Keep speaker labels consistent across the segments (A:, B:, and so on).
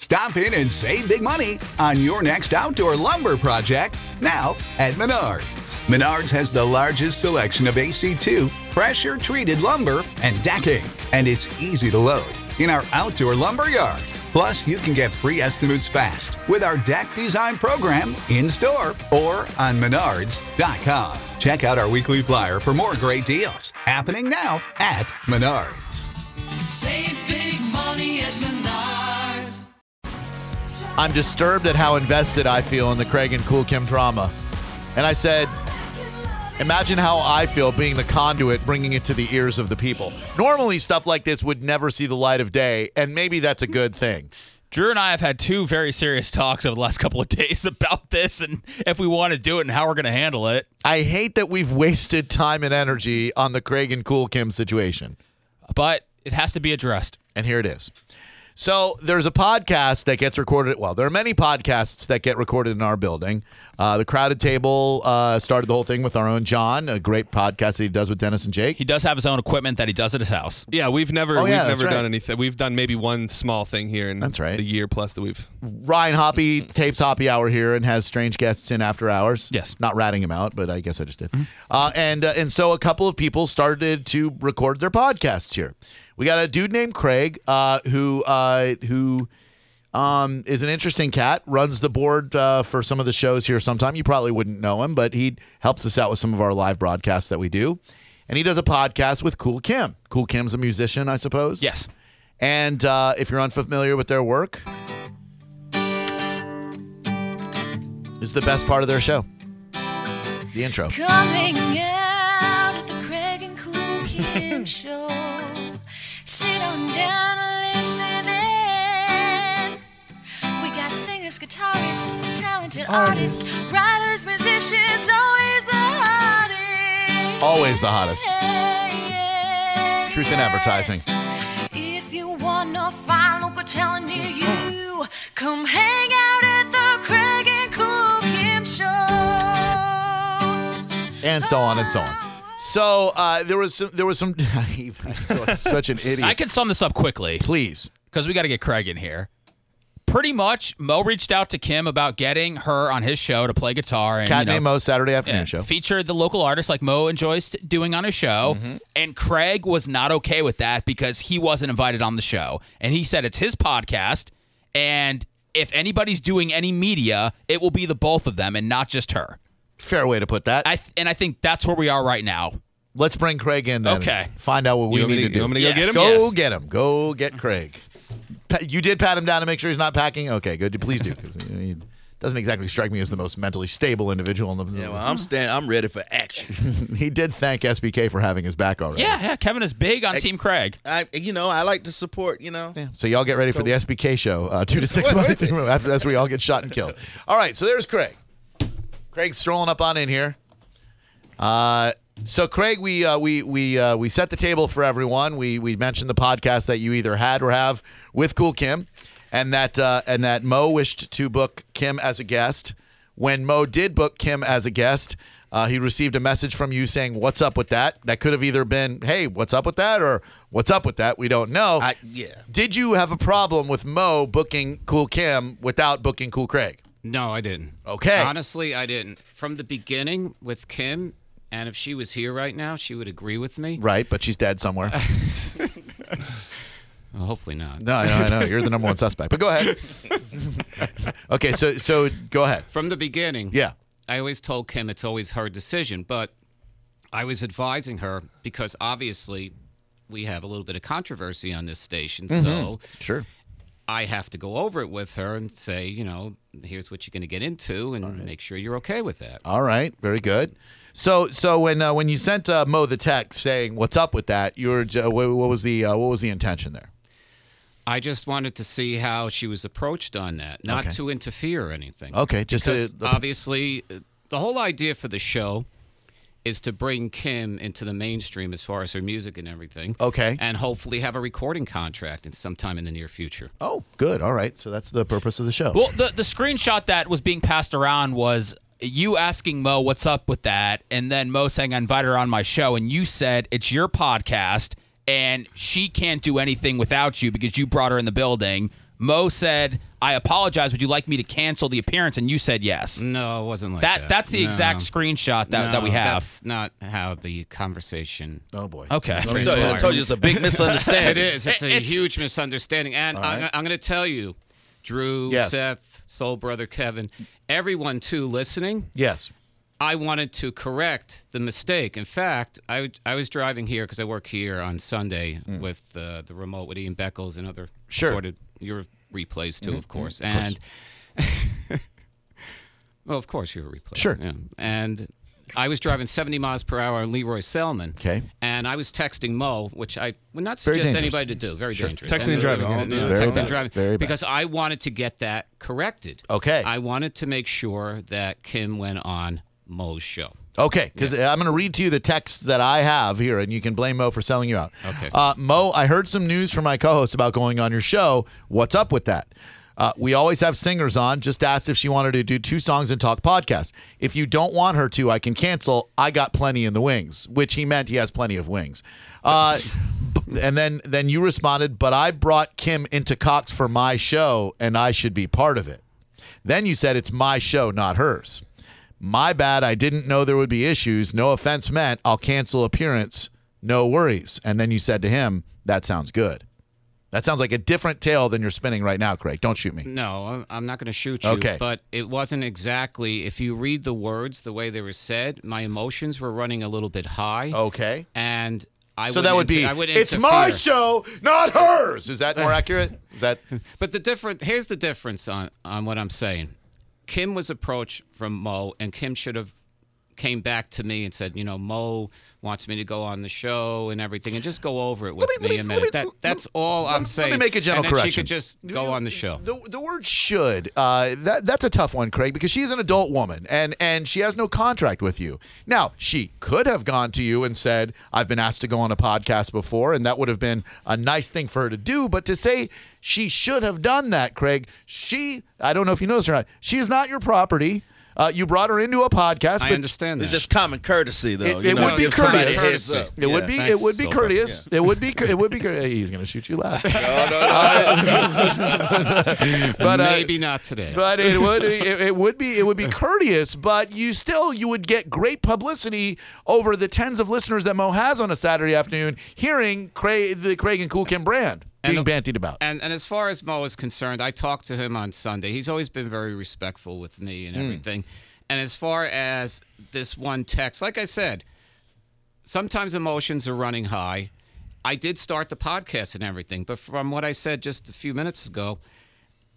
A: Stop in and save big money on your next outdoor lumber project now at Menards. Menards has the largest selection of AC2 pressure treated lumber and decking, and it's easy to load in our outdoor lumber yard. Plus, you can get free estimates fast with our deck design program in store or on menards.com. Check out our weekly flyer for more great deals happening now at Menards.
B: Save big money at Menards.
C: I'm disturbed at how invested I feel in the Craig and Cool Kim drama. And I said, Imagine how I feel being the conduit, bringing it to the ears of the people. Normally, stuff like this would never see the light of day, and maybe that's a good thing.
D: Drew and I have had two very serious talks over the last couple of days about this and if we want to do it and how we're going to handle it.
C: I hate that we've wasted time and energy on the Craig and Cool Kim situation,
D: But it has to be addressed.
C: and here it is. So there's a podcast that gets recorded. Well, there are many podcasts that get recorded in our building. Uh, the Crowded Table uh, started the whole thing with our own John, a great podcast that he does with Dennis and Jake.
D: He does have his own equipment that he does at his house.
E: Yeah, we've never
C: Oh, yeah, that's
E: we've never
C: right.
E: done anything. We've done maybe one small thing here in
C: That's right.
E: the year plus that we've
C: Ryan Hoppy tapes Hoppy Hour here and has strange guests in after hours.
D: Yes. Mm-hmm.
C: not ratting him out, but I guess I just did. Uh, and uh, and so a couple of people started to record their podcasts here. We got a dude named Craig uh, who uh, who um, is an interesting cat. Runs the board uh, for some of the shows here. Sometime you probably wouldn't know him, but he helps us out with some of our live broadcasts that we do. And he does a podcast with Cool Kim. Cool Kim's a musician, I suppose.
D: Yes.
C: And uh, if you're unfamiliar with their work, it's the best part of their show. The intro.
B: Coming out at the Craig and Cool Kim show. Sit on down and listen in. We got singers, guitarists, talented artists, writers, musicians, always the hottest.
C: Always the hottest.
B: Yeah, yeah,
C: Truth in
B: yes.
C: advertising.
B: If you wanna find local talent near you, come hang out at the Craig and Cool Kim Show.
C: And so on and so on. So uh, there was some, there was some I feel like such an idiot.
D: I can sum this up quickly
C: Please.
D: because we got to get Craig in here. Pretty much, Mo reached out to Kim about getting her on his show to play guitar and
C: Cat
D: you know,
C: Named Mo Saturday afternoon
D: yeah,
C: show.
D: featured the local artists like Mo enjoys t- doing on his show. And Craig was not okay with that because he wasn't invited on the show. And he said it's his podcast. And if anybody's doing any media, it will be the both of them and not just her.
C: Fair way to put that.
D: I th- and I think that's where we are right now.
C: Let's bring Craig in. Then
D: Okay.
C: Find out what we
E: You want me
C: need
E: to-
C: to
E: you
C: do.
E: want me to go
D: Yes. get him?
C: Go
D: Yes.
C: get him. Go get Craig. Pa- You did pat him down to make sure he's not packing. Okay, good. Please do because he doesn't exactly strike me as the most mentally stable individual in the.
F: Yeah, well, I'm stand. I'm ready for action.
C: he did thank SBK for having his back already.
D: Yeah, yeah. Kevin is big on Team Craig.
F: I, you know, I like to support. You know,
C: Yeah. So y'all get ready for the SBK show uh, two to six months after that's where y'all get shot and killed. All right. So there's Craig. Craig's strolling up on in here. Uh, so Craig, we uh, we we uh, we set the table for everyone. We we mentioned the podcast that you either had or have with Cool Kim, and that uh, and that Mo wished to book Kim as a guest. When Mo did book Kim as a guest, uh, he received a message from you saying, "What's up with that?" That could have either been, "Hey, what's up with that?" or "What's up with that?" We don't know.
F: I yeah.
C: Did you have a problem with Mo booking Cool Kim without booking Cool Craig?
G: No, I didn't.
C: Okay.
G: Honestly, I didn't. From the beginning with Kim, and if she was here right now, she would agree with me.
C: Right, but she's dead somewhere.
G: Well, hopefully not.
C: No, I know, I know. You're the number one suspect. But go ahead. okay, so so go ahead.
G: From the beginning,
C: Yeah.
G: I always told Kim it's always her decision, but I was advising her because obviously we have a little bit of controversy on this station, so
C: Sure.
G: I have to go over it with her and say, you know, here's what you're going to get into, and make sure you're okay with that.
C: All right. Very good. So so when uh, when you sent uh, Mo the text saying what's up with that, you were j- what, what was the uh, what was the intention there?
G: I just wanted to see how she was approached on that, not
C: Okay.
G: to interfere or anything.
C: Okay, just to-
G: Because obviously uh, the whole idea for the show is to bring Kim into the mainstream as far as her music and everything.
C: Okay.
G: and hopefully have a recording contract in sometime in the near future.
C: Oh, good. All right. So that's the purpose of the show.
D: Well, the the screenshot that was being passed around was you asking Mo what's up with that, and then Mo saying I invited her on my show, and you said it's your podcast, and she can't do anything without you because you brought her in the building. Mo said, "I apologize. Would you like me to cancel the appearance?" And you said yes.
G: No, it wasn't like that.
D: That that's the
G: Mm, No.
D: exact screenshot that, that we
G: No,
D: have.
G: That's not how the conversation.
C: Oh boy.
D: Okay.
F: I told, you- I told you it's Oh, a big
G: It
F: misunderstanding.
G: is. It's a
D: It's-
G: huge misunderstanding, and I'm,
C: right.
G: I'm going to tell you, Drew,
C: Yes.
G: Seth, Soul Brother Kevin, everyone too listening.
C: Yes.
G: I wanted to correct the mistake. In fact, I, w- I was driving here because I work here on Sunday with uh, the remote with Ian Beckles and other
C: Hmm. Sure. Mm-hmm.
G: sort of your replays too, of course. And well, of course you're a replay.
C: Sure.
G: yeah. And I was driving 70 miles per hour on Leroy Selman.
C: Okay.
G: And I was texting Mo, which I would not
C: Very
G: suggest
C: dangerous.
G: anybody to do. Very dangerous.
E: Texting and driving.
G: No,
E: Don't do
G: no,
C: that. Very
G: Texting
C: bad.
G: and driving.
C: Very bad.
G: Because I wanted to get that corrected.
C: Okay.
G: I wanted to make sure that Kim went on Mo's show.
C: Okay, because I'm going to read to you the text that I have here, and you can blame Mo for selling you out.
G: Okay.
C: Uh, Mo, I heard some news from my co host about going on your show. What's up with that? Uh, we always have singers on. Just asked if she wanted to do two songs and talk podcast. If you don't want her to, I can cancel. I got plenty in the wings, which he meant he has plenty of wings. Uh, b- and then then you responded, but I brought Kim into Cox for my show, and I should be part of it. Then you said it's my show, not hers. My bad. I didn't know there would be issues. No offense meant. I'll cancel appearance. No worries. And then you said to him, that sounds good. That sounds like a different tale than you're spinning right now, Craig. Don't shoot me.
G: No, I'm- I'm not going to shoot you.
C: Okay.
G: But it wasn't exactly, if you read the words the way they were said, my emotions were running a little bit high.
C: Okay.
G: And I
C: Oh. So that would
G: wouldn't
C: be,
G: inter- I would
C: it's my
G: interfere.
C: show, not hers. Is that more accurate? Is that,
G: But the different here's the difference on on what I'm saying. Kim was approached from Mo, and Kim should have came back to me and said, you know, Mo wants me to go on the show and everything, and just go over it with
C: Let me-
G: me,
C: let
G: a
C: me-
G: minute.
C: let me-
G: that that's all
C: let
G: I'm
C: me-
G: saying.
C: Let me make a gentle
G: and then
C: correction.
G: She could just go on the show.
C: The, the word should, uh, that, that's a tough one, Craig, because she's an adult woman and, and she has no contract with you. Now, she could have gone to you and said, I've been asked to go on a podcast before, and that would have been a nice thing for her to do. But to say she should have done that, Craig, she, I don't know if you noticed or not, she is not your property. Uh, you brought her into a podcast.
G: I
C: but
G: understand that.
F: It's just common courtesy, though.
C: It,
F: you
C: it
F: know,
C: would be
F: give somebody a
C: courteous.
F: heads up.
C: It would
F: Yeah.
C: be. It
G: thanks,
C: would be
G: Silver.
C: courteous. It would be. cour- It would be. cour- He's gonna shoot you last.
F: No, no, no.
C: But uh,
G: maybe not today.
C: But it would it, it would be it would be courteous, but you still you would get great publicity over the tens of listeners that Mo has on a Saturday afternoon hearing Craig, the Craig and Cool Kim brand being bantied about.
G: And and as far as Mo is concerned, I talked to him on Sunday. He's always been very respectful with me and everything. And as far as this one text, like I said, sometimes emotions are running high. I did start the podcast and everything, but from what I said just a few minutes ago,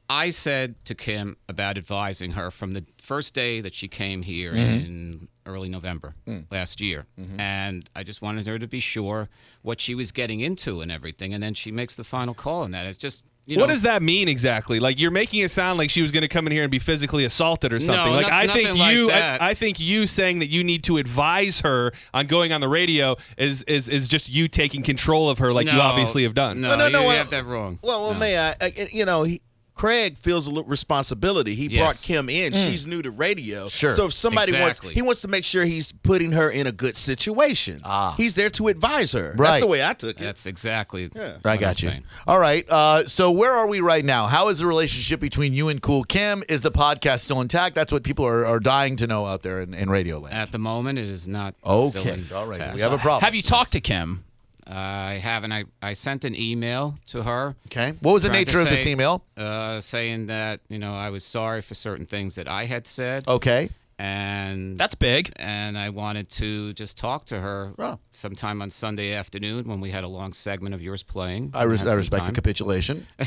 G: I said to Kim about advising her from the first day that she came here
E: Mm-hmm.
G: in early November
E: Mm.
G: last year. And I just wanted her to be sure what she was getting into and everything. And then she makes the final call on that. It's just, you know.
E: What does that mean exactly? Like you're making it sound like she was going to come in here and be physically assaulted or something. like
G: no-
E: I think
G: nothing like
E: you, I,
G: that.
E: I think you saying that you need to advise her on going on the radio is is is just you taking control of her, like you
G: No.
E: obviously have done.
G: No,
F: No, no,
G: you,
F: no,
G: you
F: well-
G: have that wrong.
F: Well, well, may I? I you know, he, Craig feels a little responsibility. He
G: Yes.
F: brought Kim in. She's new to radio.
C: Sure.
F: So if somebody
G: Exactly.
F: wants, he wants to make sure he's putting her in a good situation. Ah. He's there to advise her.
C: Right.
F: That's the way I took it.
G: That's exactly. what
C: I
G: I'm
C: got you.
G: saying.
C: All right. Uh, so where are we right now? How is the relationship between you and Cool Kim? Is the podcast still intact? That's what people are, are dying to know out there in, in radio land.
G: At the moment, it is not. still
C: Okay.
G: in
C: All right.
G: task.
C: We have a problem.
D: Have you talked to Kim?
G: I haven't. I, I sent an email to her.
C: Okay. What was the
G: trying to
C: nature of this
G: say-
C: email?
G: Uh, saying that you know I was sorry for certain things that I had said,
C: Okay.
G: and
D: That's big.
G: and I wanted to just talk to her
C: Well.
G: sometime on Sunday afternoon when we had a long segment of yours playing.
C: I, res-
G: Had
C: I
G: some
C: respect the
G: time.
C: capitulation.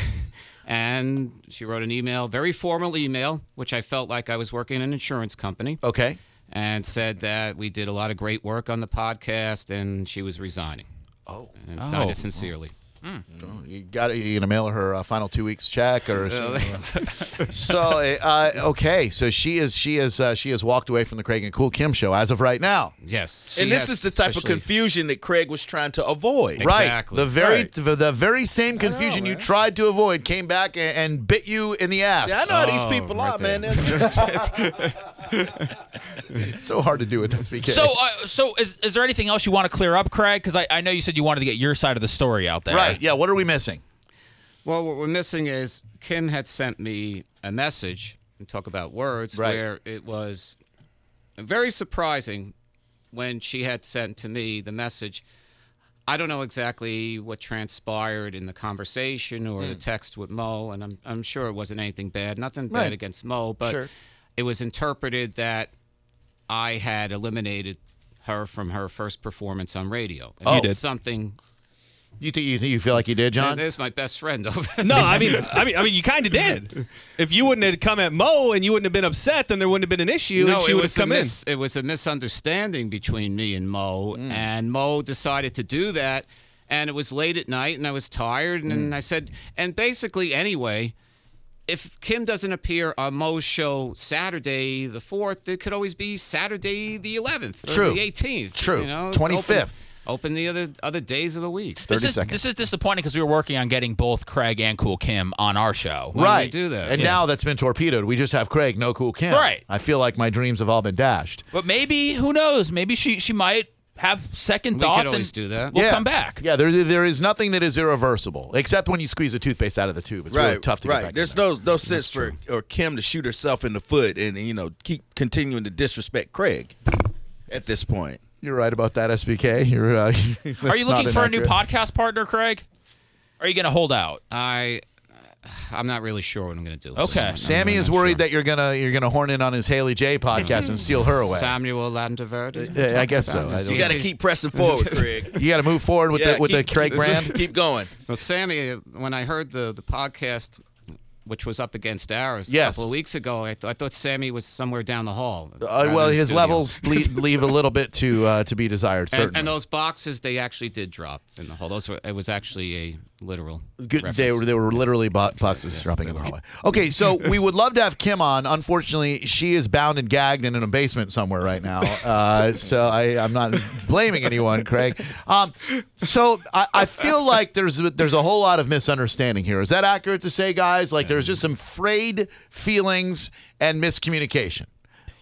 G: And she wrote an email, very formal email, which I felt like I was working in an insurance company,
C: Okay.
G: and said that we did a lot of great work on the podcast, and she was resigning.
C: Oh.
G: and signed it sincerely.
C: You got you gonna mail her a final two weeks check or so? Uh, okay, so she is she is uh, she has walked away from the Craig and Cool Kim show as of right now.
G: Yes,
F: and
G: she
F: this
G: has
F: is the type
G: officially-
F: of confusion that Craig was trying to avoid.
G: Exactly.
C: Right, the very
F: Right.
C: The, the very same confusion you tried to avoid came back and, and bit you in the ass.
F: See, I know how these
G: Oh,
F: people
G: right
F: are,
G: there.
F: man. They're-
C: It's so hard to do with this weekend.
D: So, uh, so is is there anything else you want to clear up, Craig? Because I, I know you said you wanted to get your side of the story out there.
C: right, yeah. What are we missing?
G: Well, what we're missing is Kim had sent me a message and talk about words
C: Right.
G: where it was very surprising when she had sent to me the message. I don't know exactly what transpired in the conversation or
C: Hmm.
G: the text with Mo, and I'm, I'm sure it wasn't anything bad, nothing bad
C: Right.
G: against Mo, but
C: Sure.
G: it was interpreted that I had eliminated her from her first performance on radio. And
C: Oh. You
G: that's
C: did.
G: something.
C: You think you think you feel like you did, John?
G: There's my best friend over there.
E: No, I mean, I mean, I mean, you kind of did. If you wouldn't have come at Mo and you wouldn't have been upset, then there wouldn't have been an issue, and she would
G: it
E: have
G: was a
E: come in.
G: mis- It was a misunderstanding between me and Mo,
C: Mm.
G: and Mo decided to do that. And it was late at night, and I was tired, and,
C: Mm.
G: I said, and basically, anyway, if Kim doesn't appear on Mo's show Saturday the fourth, it could always be Saturday the eleventh, or
C: True.
G: the eighteenth,
C: True.
G: you know, it's
C: 25th.
G: Open, open the other other days of the week.
D: This
C: 30
D: is,
C: seconds.
D: this is disappointing because we were working on getting both Craig and Cool Kim on our show.
G: do we
C: right.
G: do that?
C: And now that's been torpedoed. We just have Craig, no cool Kim.
D: Right.
C: I feel like my dreams have all been dashed.
D: But maybe, who knows? Maybe she, she might have second
G: We could
D: thoughts.
G: always
D: and
G: do that.
D: We'll
C: yeah.
D: come back.
C: Yeah, there, there is nothing that is irreversible, except when you squeeze a toothpaste out of the tube. It's
F: right,
C: really tough to
F: right.
C: get back
F: There's
C: in there.
F: no no sense for or Kim to shoot herself in the foot and you know keep continuing to disrespect Craig at this point.
C: You're right about that, SBK. You're, uh,
D: Are you looking for a new podcast partner, Craig? Or are you going to hold out?
G: I, I'm not really sure what I'm going to do.
D: Okay.
G: Mm, I'm
C: Sammy
G: really
C: is
G: not
C: worried
G: sure.
C: that you're gonna you're gonna horn in on his Haley J podcast and steal her away.
G: Samuel Landaverde.
C: Uh, Yeah, I guess so. I
F: You
C: don't-
F: got to keep pressing forward, Craig.
C: you got to move forward with
F: Yeah,
C: the with
F: keep-
C: the Craig brand.
F: Keep going.
G: Well, Sammy, when I heard the, the podcast, which was up against ours a
C: Yes.
G: couple of weeks ago, I, th- I thought Sammy was somewhere down the hall.
C: Uh, well, his
G: levels.
C: levels leave, leave a little bit to uh, to be desired.
G: And,
C: Certainly,
G: and those boxes, they actually did drop in the hall. Those were it was actually a literal.
C: Good, they
G: reference.
C: were they were literally bo- boxes dropping in the hallway. Okay, so we would love to have Kim on. Unfortunately, she is bound and gagged and in a basement somewhere right now. Uh, so I, I'm not blaming anyone, Craig. Um, so I, I feel like there's there's a whole lot of misunderstanding here. Is that accurate to say, guys? Like there's just some frayed feelings and miscommunication.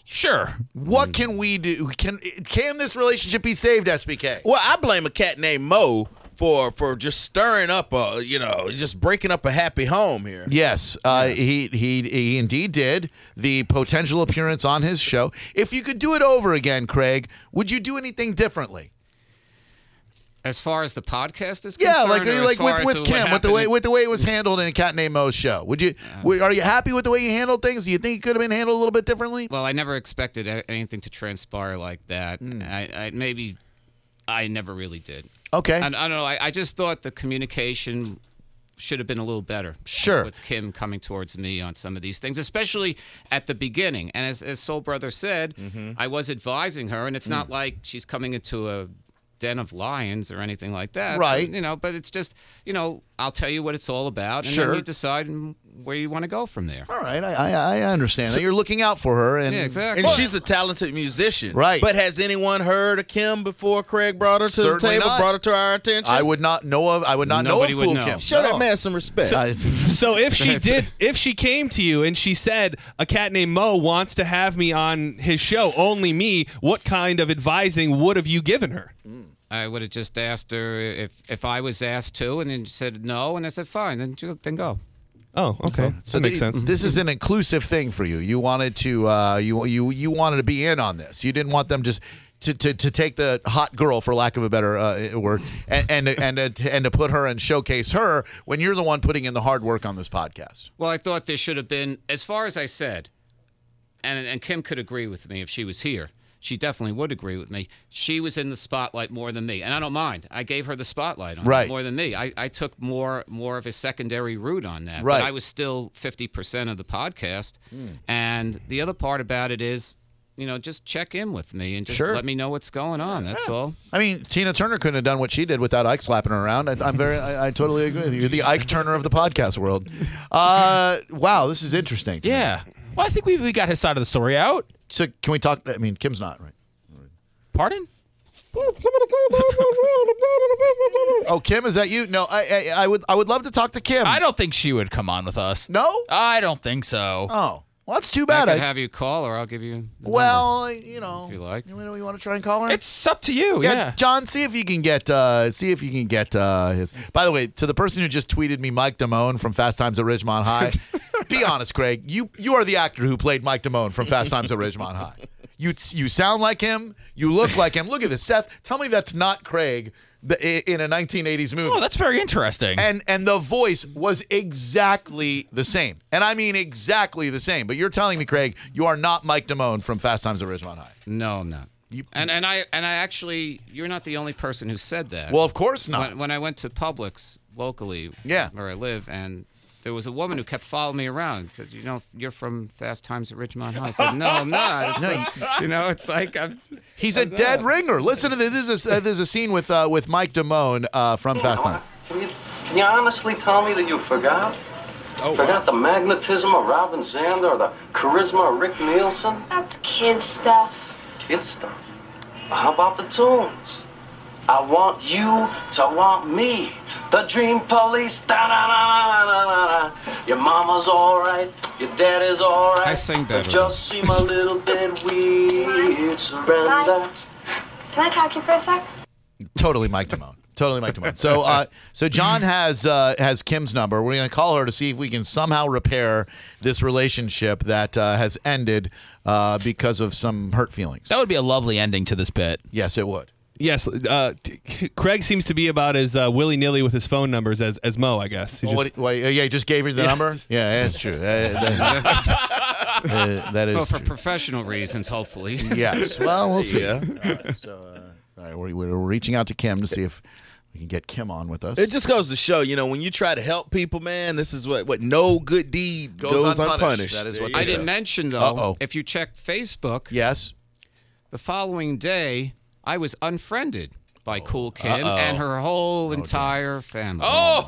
D: Sure.
C: What can we do? Can can this relationship be saved, SBK?
F: Well, I blame a cat named Mo for for just stirring up a you know just breaking up a happy home here.
C: Yes, uh, he, he he indeed did the potential appearance on his show. If you could do it over again, Craig, would you do anything differently?
G: As far as the podcast is
C: Yeah, like
G: concerned, or
C: like
G: as far
C: with,
G: as
C: with
G: what
C: Kim, with the way
G: happened-
C: with the way it was handled in Cat Named Mo's show. Would you? w are you happy with the way you handled things? Do you think it could have been handled a little bit differently?
G: Well, I never expected a- anything to transpire like that.
C: Hmm.
G: I, I maybe I never really did.
C: Okay.
G: I, I don't know. I, I just thought the communication should have been a little better. uh,
C: Sure.
G: With Kim coming towards me on some of these things, especially at the beginning. And as, as Soul Brother said,
C: Mm-hmm.
G: I was advising her, and it's not
C: Mm.
G: like she's coming into a den of lions or anything like that. but,
C: Right.
G: you know, but it's just, you know, I'll tell you what it's all about, and
C: Sure.
G: then you decide mm, where you want to go from there.
C: All right, I I, I understand that you're looking out for her and
G: Yeah, exactly.
F: And she's a talented musician,
C: Right.
F: But has anyone heard of Kim before Craig brought her to the
C: Certainly
F: table,
C: not.
F: brought her to our attention?
C: I would not know of I would not
G: Nobody
C: know
G: would
C: of Cool
G: know.
C: Kim.
F: show that man some respect.
C: I-
E: So if she did, if she came to you and she said a cat named Mo wants to have me on his show, only me, what kind of advising would have you given her?
G: I would have just asked her if if I was asked to, and then she said no, and I said fine, then ju- then go.
E: Oh, okay, so that makes
C: th-
E: sense.
C: This is an inclusive thing for you. You wanted to uh, you you you wanted to be in on this. You didn't want them just to, to, to take the hot girl, for lack of a better uh, word, and and and, uh, to- and to put her and showcase her when you're the one putting in the hard work on this podcast.
G: Well, I thought there should have been, as far as I said, and and Kim could agree with me if she was here. She definitely would agree with me. She was in the spotlight more than me, and I don't mind. I gave her the spotlight on it
C: Right.
G: more than me. I, I took more more of a secondary route on that.
C: Right. Hmm.
G: But I was still fifty percent of the podcast, and the other part about it is, you know, just check in with me and just
C: Sure.
G: let me know what's going on. That's all.
C: I mean, Tina Turner couldn't have done what she did without Ike slapping her around. I, I'm very, I, I totally agree. with you. You're the Ike Turner of the podcast world. Uh, wow, this is interesting. to me.
D: Yeah. Well, I think we we got his side of the story out.
C: So can we talk? I mean, Kim's not right.
D: Pardon?
C: Oh, Kim, is that you? No, I, I, I would, I would love to talk to Kim.
D: I don't think she would come on with us.
C: No.
D: I don't think so.
C: Oh. Well, that's too
G: I
C: bad.
G: could
C: I,
G: have you call, or I'll give you. the number.
C: well, you know,
G: If you like.
C: you know, you want to try and call her?
D: It's up to you.
C: Yeah,
D: Yeah.
C: John, see if you can get uh, see if you can get uh, his. By the way, to the person who just tweeted me, Mike Damone from Fast Times at Ridgemont High. be honest, Craig. You you are the actor who played Mike Damone from Fast Times at Ridgemont High. You you sound like him. You look like him. Look at this, Seth. Tell me that's not Craig the- i- in a 1980s movie.
D: Oh, that's very interesting.
C: and and the voice was exactly the same, and I mean exactly the same. But you're telling me, Craig, you are not Mike Damone from Fast Times at Ridgemont High.
G: No, I'm not. and and I and I actually, you're not the only person who said that.
C: Well, of course not.
G: when, when I went to Publix locally,
C: Yeah.
G: where I live, and there was a woman who kept following me around. and Said, "You know, you're from Fast Times at Ridgemont High." I said, "No, I'm not." It's like, you know, it's like I'm. Just,
C: He's a dead ringer. Listen to this. This is, uh, this is a scene with uh, with Mike Damone uh, from Fast Times.
H: Can you, can you honestly tell me that you forgot?
F: Oh,
H: Forgot
F: wow.
H: the magnetism of Robin Zander or the charisma of Rick Nielsen?
I: That's kid stuff.
H: Kid stuff. How about the tunes? I want you to want me. The Dream Police. Da da da da da da da. Your mama's all right. Your daddy's all right.
G: I sing better.
H: It just seem a little bit weird. Surrender.
I: Can I talk to you for a sec?
C: Totally Mike Damone. Totally Mike Damone. So uh, so John has uh, has Kim's number. We're gonna call her to see if we can somehow repair this relationship that uh, has ended uh, because of some hurt feelings.
D: that would be a lovely ending to this bit.
C: Yes, it would.
E: Yes, uh, t- Craig seems to be about as uh, willy nilly with his phone numbers as as Mo, I guess. He
C: Well,
E: just-
C: Oh, what, what, yeah, you just gave her the number. Yeah, that's true. Uh, that- uh, that is.
G: well, for
C: true.
G: professional reasons, hopefully.
C: Yes. Well, we'll see. All right, so, uh, all right, we're, we're reaching out to Kim to see if we can get Kim on with us.
F: It just goes to show, you know, when you try to help people, man, this is what what no good deed
C: Goes
F: goes,
C: unpunished.
F: unpunished.
C: That is
F: There
C: what
F: you
G: I
C: they
F: go.
C: say.
G: didn't mention though.
C: Uh-oh.
G: If you check Facebook,
C: yes.
G: the following day, I was unfriended by
C: Oh,
G: Cool Kim and her whole entire family.
D: Oh,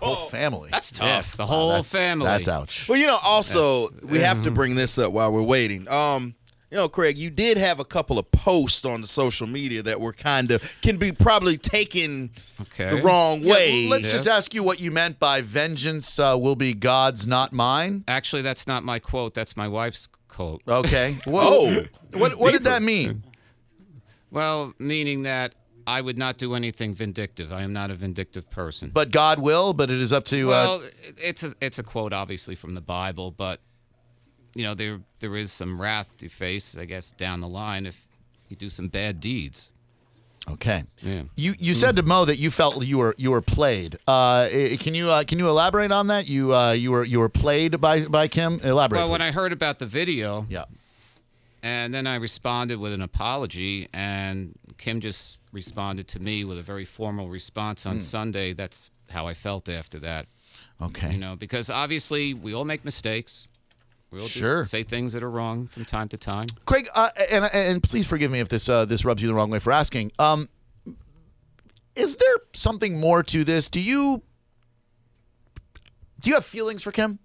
C: Whole family.
D: that's tough.
G: yes, the whole
C: that's,
G: family.
C: That's ouch.
F: Well, you know, also we have
G: Mm-hmm.
F: to bring this up while we're waiting. Um, you know, Craig, you did have a couple of posts on the social media that were kind of can be probably taken
G: Okay.
F: the wrong way.
C: Let's just ask you what you meant by vengeance uh, will be God's, not mine.
G: Actually, that's not my quote. That's my wife's quote.
C: Uh. Okay. Whoa. what what did that mean?
G: Well, meaning that I would not do anything vindictive. I am not a vindictive person.
C: But God will, but it is up to. uh,
G: well, it- it's a it's a quote obviously from the Bible, but you know there there is some wrath to face, I guess, down the line if you do some bad deeds.
C: okay.
G: Yeah.
C: You you said to Mo that you felt you were you were played. Uh, eh, can you uh, can you elaborate on that? You uh, you were you were played by by Kim. Elaborate.
G: Well, when
C: please.
G: I heard about the video,
C: yeah.
G: and then I responded with an apology, and Kim just responded to me with a very formal response
C: Hmm.
G: on Sunday. That's how I felt after that.
C: Okay.
G: you know because obviously we all make mistakes we all do-
C: Sure.
G: say things that are wrong from time to time
C: Craig, uh, and and please forgive me if this uh, this rubs you the wrong way for asking. Um, is there something more to this? Do you do you have feelings for Kim?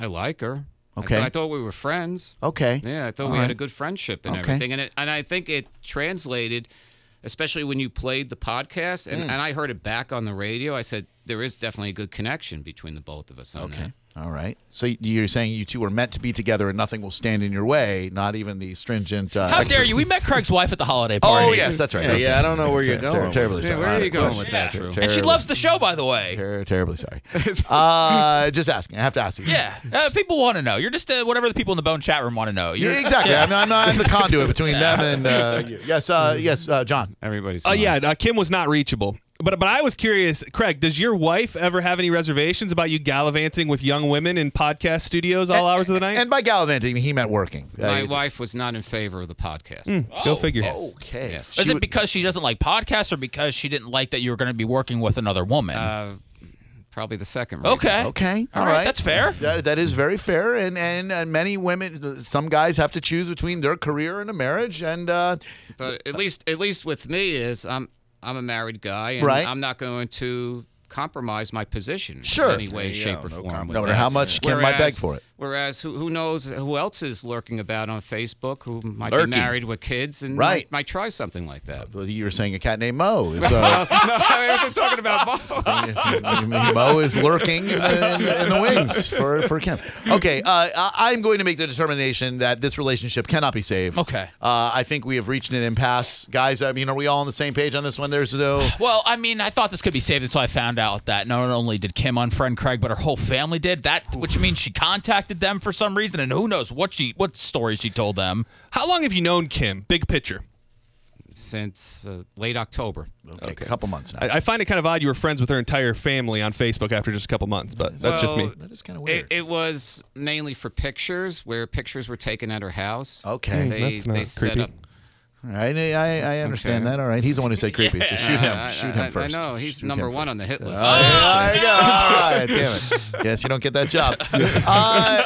G: i like her I
C: Okay.
G: thought- I, thought we were friends
C: Okay.
G: yeah i thought
C: All
G: we
C: right.
G: had a good friendship and
C: Okay.
G: everything and, it, and i think it translated especially when you played the podcast
C: Hmm.
G: and, and i heard it back on the radio i said there is definitely a good connection between the both of us on okay
C: All right. So you're saying you two were meant to be together, and nothing will stand in your way, not even the stringent. Uh,
D: How dare you? We met Craig's wife at the holiday party.
C: Oh yes, that's right.
F: Yeah,
C: That's-
F: yeah, I don't know where you're going.
C: terribly
F: Yeah,
C: sorry.
G: where are you
C: Terribly-
G: going with that, Drew?
D: And she
C: terribly-
D: loves the show, by the way.
C: Ter- terribly sorry. uh, just asking. I have to ask you.
D: Yeah, uh, people want to know. You're just uh, whatever the people in the bone chat room want to know. You're,
C: Yeah, exactly. I'm, I'm, I'm the conduit between them and uh, you. Yes. Uh, yes. Uh, John.
G: everybody's
E: Oh
G: fine.
E: yeah, uh, Kim was not reachable. But but I was curious, Craig. Does your wife ever have any reservations about you gallivanting with young women in podcast studios all hours of the night?
C: And by gallivanting, he meant working.
G: my
C: Uh,
G: wife was not in favor of the podcast
C: Hmm.
E: Go figure.
C: Okay.
G: Yes.
D: Is it because she doesn't like podcasts or because she didn't like that you were going to be working with another woman?
C: Uh,
G: Uh, probably the second reason.
D: okay.
C: Okay.
D: All right. That's fair.
C: That, that is very fair, and, and and many women, some guys have to choose between their career and a marriage, and uh,
G: But at least, at least with me is I'm I'm a married guy, and
C: Right.
G: I'm not going to compromise my position
C: Sure.
G: in any way,
F: you
G: shape,
F: go.
G: or
F: No
G: form. with
C: no matter
G: that.
C: how much Kim might
G: Whereas-
C: beg for it.
G: Whereas who, who knows who else is lurking about on Facebook who might
C: Lurking.
G: be married with kids and
C: Right.
G: might, might try something like that.
C: Well, You were saying a cat named Mo is uh,
G: no, I wasn't talking about Bob.
C: Mo is lurking in the, in, the- in the wings for, for Kim. Okay, uh, I- I'm going to make the determination that this relationship cannot be saved.
D: Okay.
C: uh, I think we have reached an impasse, guys. I mean, are we all on the same page on this one? There's no.
D: Well, I mean, I thought this could be saved until I found out that not only did Kim unfriend Craig, but her whole family did. That, which means she contacted them for some reason, and who knows what she, what story she told them.
E: How long have you known Kim? Big picture.
G: Since uh, late October.
C: Okay, a couple months now.
E: I, I find it kind of odd you were friends with her entire family on Facebook after just a couple months, but that's just me.
G: Well,
C: that is kind of
G: It,
C: weird.
G: it was mainly for pictures, where pictures were taken at her house.
C: Okay.
G: they,
E: that's not
G: they set
E: creepy.
G: up.
C: All right, I, I, I understand
G: Okay.
C: that. All right, he's the one who said creepy, so shoot him.
G: I- I-
C: shoot him
G: I-
C: first.
G: I know he's
C: Shoot
G: number
C: him
G: one
C: first.
G: on the hit list.
C: There you go. All right, damn it. Yes, you don't get that job. Uh,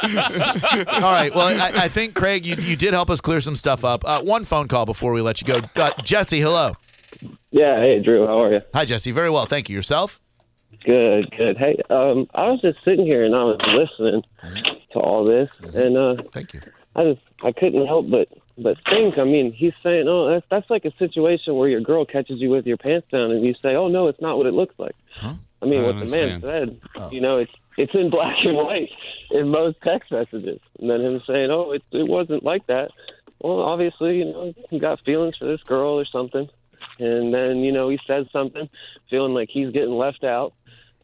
C: all right. Well, I, I think Craig, you, you did help us clear some stuff up. Uh, one phone call before we let you go. Uh, Jesse, hello.
J: Yeah, hey Drew, how are you?
C: Hi, Jesse. Very well, thank you. Yourself?
J: Good, good. Hey, um, I was just sitting here and I was listening to all this, and uh,
C: Thank you.
J: I just I couldn't help but but think. I mean, he's saying, "Oh, that's that's like a situation where your girl catches you with your pants down, and you say, oh, no, it's not what it looks like.' I mean,
G: I
J: what
G: understand. Oh.
J: the man said, you know, it's it's in black and white in most text messages, and then him saying, oh, it it wasn't like that. Well, obviously, you know, he got feelings for this girl or something, and then you know he says something, feeling like he's getting left out.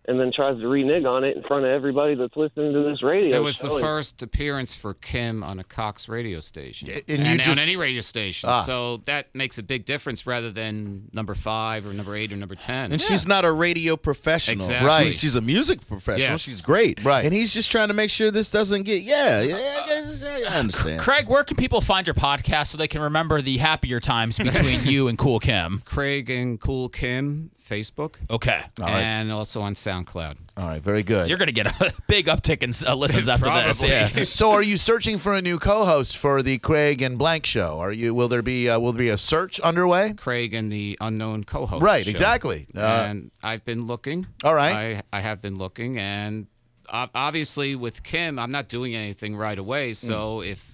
J: And then tries to renege on it in front of everybody that's listening to this radio.
G: It was the
J: show, and-
G: first appearance for Kim on a Cox radio station,
C: Yeah, and you just-
G: on any radio station.
C: Ah.
G: So that makes a big difference rather than number five or number eight or number ten.
F: And she's not a radio professional.
G: Exactly.
C: Right.
F: She- She's a music professional.
G: Yes.
F: She's great.
C: Right.
F: And he's just trying to make sure this doesn't get. Yeah. Yeah. yeah, yeah, yeah, I understand.
D: Craig, where can people find your podcast so they can remember the happier times between you and Cool Kim?
G: Craig and Cool Kim Facebook,
D: Okay.
C: right.
G: and also on SoundCloud.
C: All right, very good.
D: You're going to get a big uptick in uh, listens after this. Yeah.
C: so, are you searching for a new co-host for the Craig and Blank show? Are you? Will there be? Uh, will there be a search underway?
G: Craig and the unknown co-host.
C: Right,
G: show.
C: exactly. Uh,
G: and I've been looking.
C: All right.
G: I, I have been looking, and ob- obviously with Kim, I'm not doing anything right away. So
C: Hmm.
G: if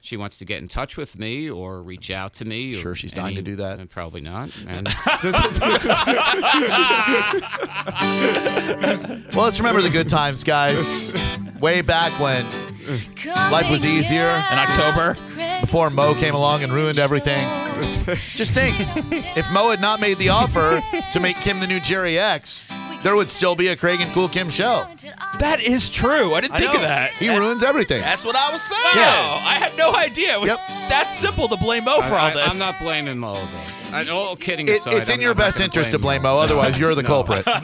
G: she wants to get in touch with me or reach out to me, or
C: Sure she's dying to do that?
G: and Probably not. And
C: Well, let's remember the good times, guys. Way back when, Life was easier
D: in October.
C: before Mo came along and ruined everything. Just think, if Mo had not made the offer to make Kim the new Jerry X, there would still be a Craig and Cool Kim show.
D: That is true. I didn't think of that.
C: He ruins everything.
F: That's what I was saying.
D: Wow. I had no idea. It was
C: Yep.
D: that simple to blame Mo for all
G: I,
D: this.
G: am not blaming Mo. Though. I, all kidding
C: It-
G: aside,
C: it's in
G: I'm-
C: your
G: I'm not
C: best
G: gonna
C: interest to blame
G: Mo.
C: Mo. Otherwise, you're the culprit. Um,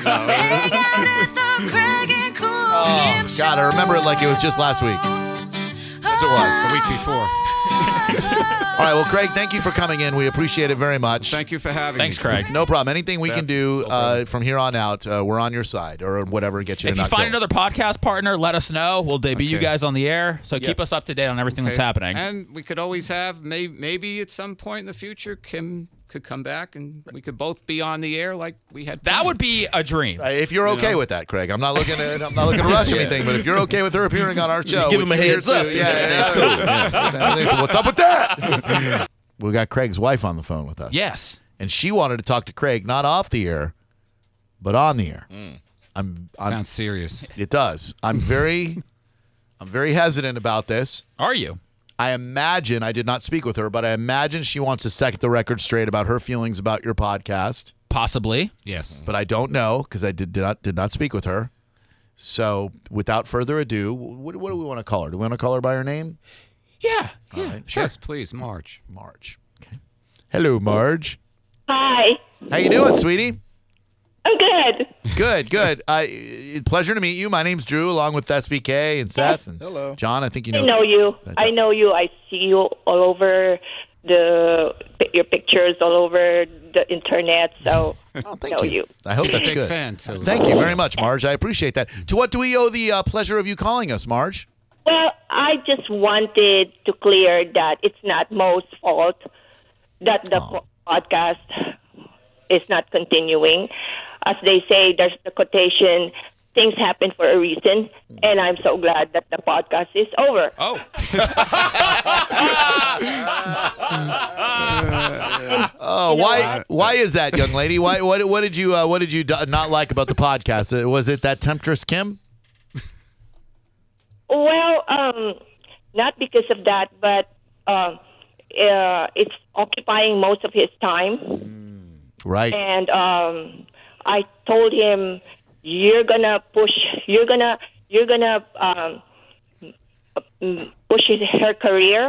B: Oh,
C: God, I remember it like it was just last week.
B: Yes,
C: it was.
G: The week before.
C: All right, well, Craig, thank you for coming in. We appreciate it very much.
G: Thank you for having
D: Thanks,
G: me.
D: Craig.
C: No problem. Anything we can do uh, from here on out, uh, we're on your side or whatever gets you.
D: If
C: to
D: you
C: not
D: find
C: kill us.
D: another podcast partner, let us know. We'll debut you
G: Okay.
D: guys on the air. So keep us up to date on everything that's
G: Okay.
D: happening.
G: And we could always have maybe, maybe at some point in the future, Kim could come back and we could both be on the air like we had.
D: that
G: planned.
D: would be a dream.
C: Uh, If you're okay with that, Craig, I'm not looking to I'm not looking to rush anything, but if you're okay with her appearing on our show,
F: give
C: which
F: him a
C: you're here
F: heads
C: to-
F: up.
C: Yeah,
F: That's
C: yeah, yeah. What's up with that? we got Craig's wife on the phone with us.
D: yes.
C: and she wanted to talk to Craig, not off the air, but on the air. I'm, I'm
G: sounds serious.
C: it does. I'm very, I'm very hesitant about this.
D: Are you?
C: I imagine I did not speak with her, but I imagine she wants to set the record straight about her feelings about your podcast.
D: Possibly.
G: Yes.
C: but I don't know because I did, did not did not speak with her. So without further ado, what, what do we want to call her? Do we want to call her by her name?
D: Yeah. Yeah. Sure.
G: Yes, please, March.
C: Marge. Okay. Hello, Marge.
I: Hi.
C: How you doing, sweetie?
I: Oh, good.
C: Good, good. Uh, it- pleasure to meet you. My name's Drew, along with SBK and Seth and Hello. John. I think you know.
I: I know you.
C: I
I: I know you. I see you all over the your pictures all over the internet. So I know Oh, you.
C: I hope
G: She's a
C: that's
G: big
C: good.
G: fan too.
C: Thank you very much, Marge. I appreciate that. To what do we owe the uh, pleasure of you calling us, Marge?
I: Well, I just wanted to clear that it's not Mo's fault that the po- podcast is not continuing. As they say, there's the quotation things happen for a reason, and I'm so glad that the podcast is over.
D: Oh.
C: Oh, why? Why is that, young lady? Why? What? What did you? Uh, what did you d- not like about the podcast? Uh, Was it that temptress Kim?
I: Well, um, not because of that, but uh, uh, it's occupying most of his time.
C: Right.
I: And um, I told him, "You're gonna push. You're gonna. You're gonna um, m- push his, her career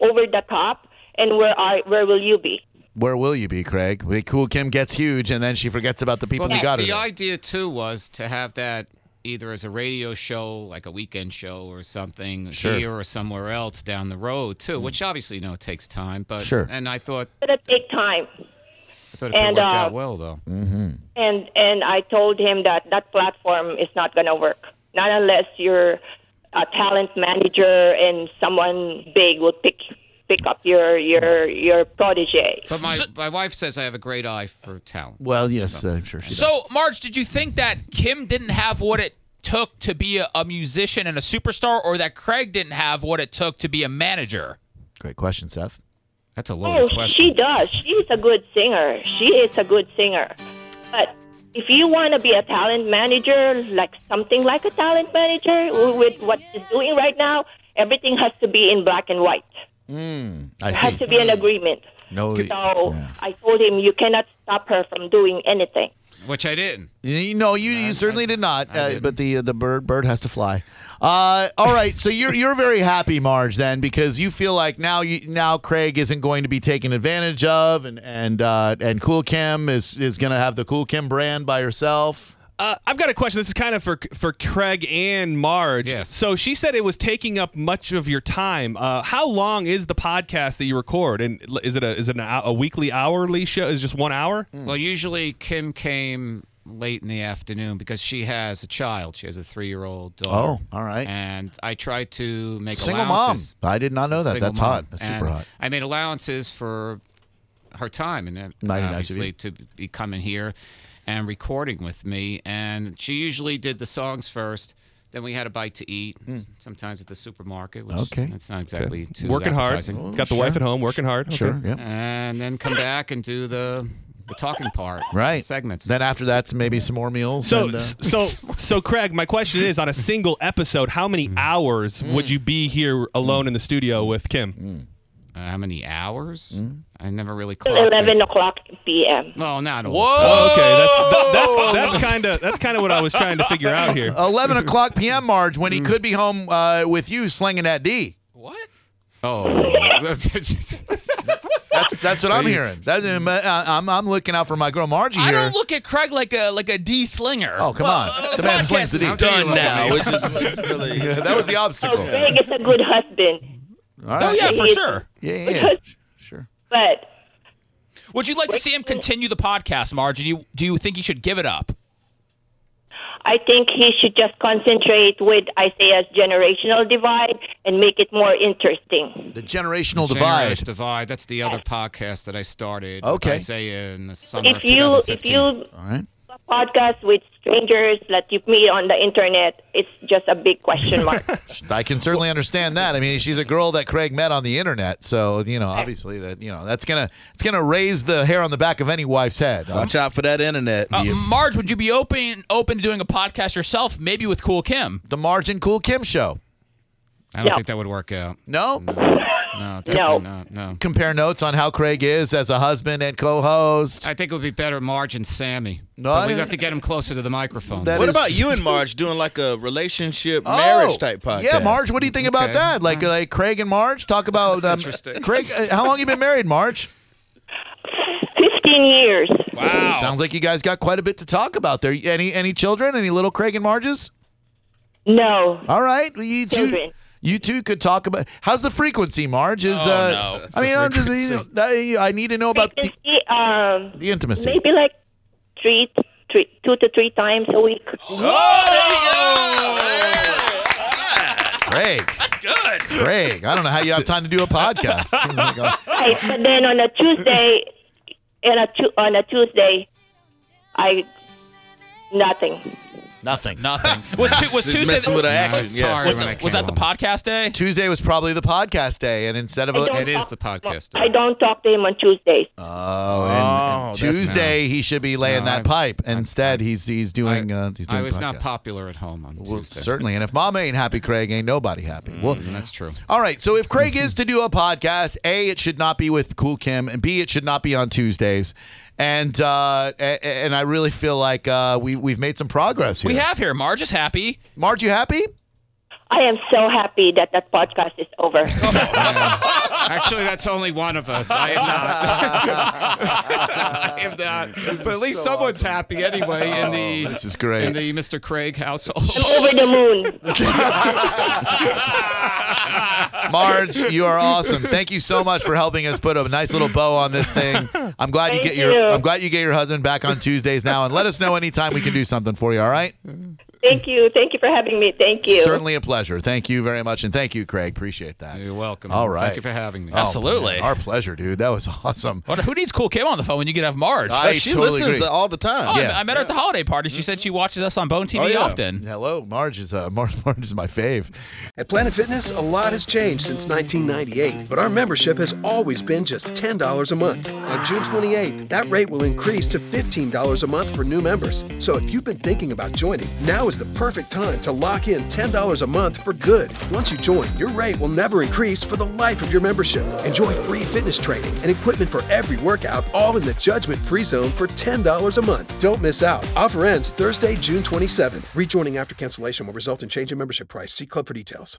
I: over the top. And where are? Where will you be?
C: Where will you be, Craig? The cool Kim gets huge, and then she forgets about the people
G: Well,
C: who got her.
G: the
C: there.
G: idea too was to have that either as a radio show, like a weekend show or something
C: Sure.
G: here or somewhere else down the road too, which obviously you know it takes time, but
C: Sure.
G: and I thought
I: It's gonna take time."
G: I thought it could
I: And,
G: worked
I: uh,
G: out well though.
I: And and I told him that that platform is not gonna work. Not unless you're a talent manager and someone big will pick pick up your your your protege.
G: But my, my wife says I have a great eye for talent.
C: Well, yes, I'm sure she does.
D: So, Marge, did you think that Kim didn't have what it took to be a, a musician and a superstar, or that Craig didn't have what it took to be a manager?
C: Great question, Seth.
G: That's a
I: Oh,
G: loaded question.
I: she does. She's a good singer. She is a good singer. But if you want to be a talent manager, like something like a talent manager with what she's doing right now, everything has to be in black and white.
C: I
I: There has
C: see.
I: to be an agreement.
C: No,
I: So
C: yeah.
I: I told him, you cannot stop her from doing anything.
G: Which I didn't.
C: You know, you, you certainly did not. Uh, but the the bird bird has to fly. Uh, all right, so you're you're very happy, Marge, then, because you feel like now you now Craig isn't going to be taken advantage of, and and uh, and Cool Kim is is going to have the Cool Kim brand by herself.
E: Uh, I've got a question. This is kind of for for Craig and Marge.
G: Yes.
E: So she said it was taking up much of your time. Uh, how long is the podcast that you record? And l- is it a is it an, hou- a weekly hourly show? Is it just one hour?
C: Hmm.
G: Well, usually Kim came late in the afternoon because she has a child. She has a three-year-old daughter.
C: Oh, all right.
G: And I try to make
C: Single mom.
G: allowances.
C: I did not know that.
G: single
C: That's
G: mom.
C: hot. That's super
G: And
C: hot.
G: I made allowances for her time and uh,
C: Mighty nice of
G: obviously to be coming here and recording with me. And she usually did the songs first. Then we had a bite to eat, sometimes at the supermarket, which
C: Hmm. Okay.
G: that's not exactly too
E: working hard.
G: appetizing.
E: Got the wife at home working hard. Okay.
C: Oh, Sure. Yeah.
G: And then come back and do the the talking part,
C: Right.
G: Segments.
C: Then after that's maybe some more meals.
E: So
C: and, uh,
E: s- so so Craig, my question is: on a single episode, how many
C: Hmm.
E: hours would you be here alone in the studio with Kim?
G: uh, how many hours?
C: Hmm?
G: I never really
I: Till
G: clocked. it.
I: 11 o'clock p.m.
G: Well, not all.
C: whoa.
E: Oh, okay, that's tha- that's that's kind of that's kind of what I was trying to figure out here.
C: 11 o'clock p.m. Marge, when he
E: Mm.
C: could be home uh, with you slinging that D.
D: What?
G: Oh, that's just.
C: That's that's what I'm hearing. That's, uh, I'm I'm looking out for my girl Margie
D: I
C: here.
D: don't look at Craig like a like a D slinger.
C: oh come on,
F: Uh,
C: the
F: the
C: man
F: podcast
C: slings
F: is
C: the D.
F: done now, which is which is really
C: That was the
I: Oh,
C: obstacle.
I: Greg is a good husband,
D: Oh, yeah, for sure.
C: Yeah, yeah, yeah. sure.
I: but
D: Would you like to see him continue the podcast, Marge? And you do you think he should give it up?
I: I think he should just concentrate with Isaiah's generational divide and make it more interesting.
C: The generational divide.
G: Generous Divide. That's the other podcast that I started.
C: Okay.
G: I say in the summer of
I: If you if
G: 2015.
I: you
C: All right.
I: podcast with strangers that you meet on the internet, it's just a big question mark.
C: I can certainly understand that. I mean, she's a girl that Craig met on the internet, so you know, obviously that you know that's gonna it's gonna raise the hair on the back of any wife's head. Uh,
F: watch out for that internet.
D: Uh, Marge, would you be open open to doing a podcast yourself, maybe with Cool Kim?
C: the Margin Cool Kim show.
G: I don't
I: No.
G: think that would work out.
C: No,
G: No, definitely not. No.
C: compare notes on how Craig is as a husband and co-host.
G: I think it would be better Marge and Sammy.
C: No,
G: but
C: I-
G: we have to get him closer to the microphone.
C: That
F: What
C: is-
F: about you and Marge doing like a relationship
C: Oh,
F: marriage type podcast?
C: Yeah, Marge, what do you think about
G: Okay.
C: that? Like, like Craig and Marge talk about. Um, Craig, uh, how long you been married, Marge?
I: 15 years.
C: Sounds like you guys got quite a bit to talk about there. Any any children? Any little Craig and Marges?
I: No.
C: All right, well, you two.
I: Children.
C: You two could talk about how's the frequency, Marge? Is
D: Oh, no.
C: uh, I mean, I'm just you know, that- I need to know about the,
I: Frequency, um,
C: the intimacy.
I: maybe like three, three, two to three times a week.
D: Oh,
C: Craig,
D: That's good.
C: Craig, I don't know how you have time to do a podcast. Seems like uh, a-
I: Right, but then on a Tuesday, and a tu- on a Tuesday, I nothing.
C: Nothing.
D: Nothing. Was, Tu- was
F: Just
D: Tuesday?
F: messing with the
D: was-
F: action, yeah. Oh,
D: Was,
G: Sorry when I
D: was that
G: came
D: the
G: home.
D: podcast day?
C: Tuesday was probably the podcast day, and instead of
I: I
C: a,
I: don't
G: It is
I: talk-
G: the podcast.
I: I don't talk to him on Tuesdays.
C: Oh, and- and
F: that's
C: Tuesday he should be laying
G: No,
C: that
G: I-
C: pipe. Instead, he's he's doing
G: I,
C: uh, he's doing.
G: I was not
C: podcast.
G: popular at home on
C: Well,
G: Tuesday. Mm,
C: certainly, and if Mama ain't happy, Craig ain't nobody happy. well,
G: That's true.
C: all right. So if Craig is to do a podcast, a it should not be with Cool Kim, and b it should not be on Tuesdays. And uh, a- and I really feel like uh, we we've made some progress here.
D: We have here. Marge is happy.
C: Marge, you happy?
I: I am so happy that that podcast is over.
G: Actually, that's only one of us. I am not. I am not. But at least someone's happy anyway in the
C: Oh, This is great.
G: in the Mr. Craig household.
I: over the moon.
C: Marge, you are awesome. Thank you so much for helping us put a nice little bow on this thing. I'm glad you
I: Thank
C: get your
I: you.
C: I'm glad you get your husband back on Tuesdays now and let us know anytime we can do something for you, all right?
I: Thank you. Thank you for having me. Thank you.
C: Certainly a pleasure. Thank you very much and thank you, Craig. Appreciate that.
G: You're welcome.
C: All right.
G: Thank you for having me.
C: Oh,
D: Absolutely.
C: man, our pleasure, dude. That was awesome.
D: What, who needs Cool Kim on the phone when you could have Marge?
C: I
F: she
C: totally
F: listens
C: agree.
F: all the time.
D: oh, I-
C: yeah.
D: I, met her at the holiday party. She said she watches us on Bone TV
F: Oh, yeah.
D: often.
C: Hello, Marge is uh, Marge, Marge is my fave.
K: At Planet Fitness, a lot has changed since 1998, but our membership has always been just $10 a month. On June 28th, that rate will increase to $15 a month for new members. So if you've been thinking about joining, now is the perfect time to lock in $10 a month for good. Once you join, your rate will never increase for the life of your membership. Enjoy free fitness training and equipment for every workout, all in the judgment free zone for $10 a month. Don't miss out. Offer ends Thursday, June 27th. Rejoining after cancellation will result in change in membership price. See club for details.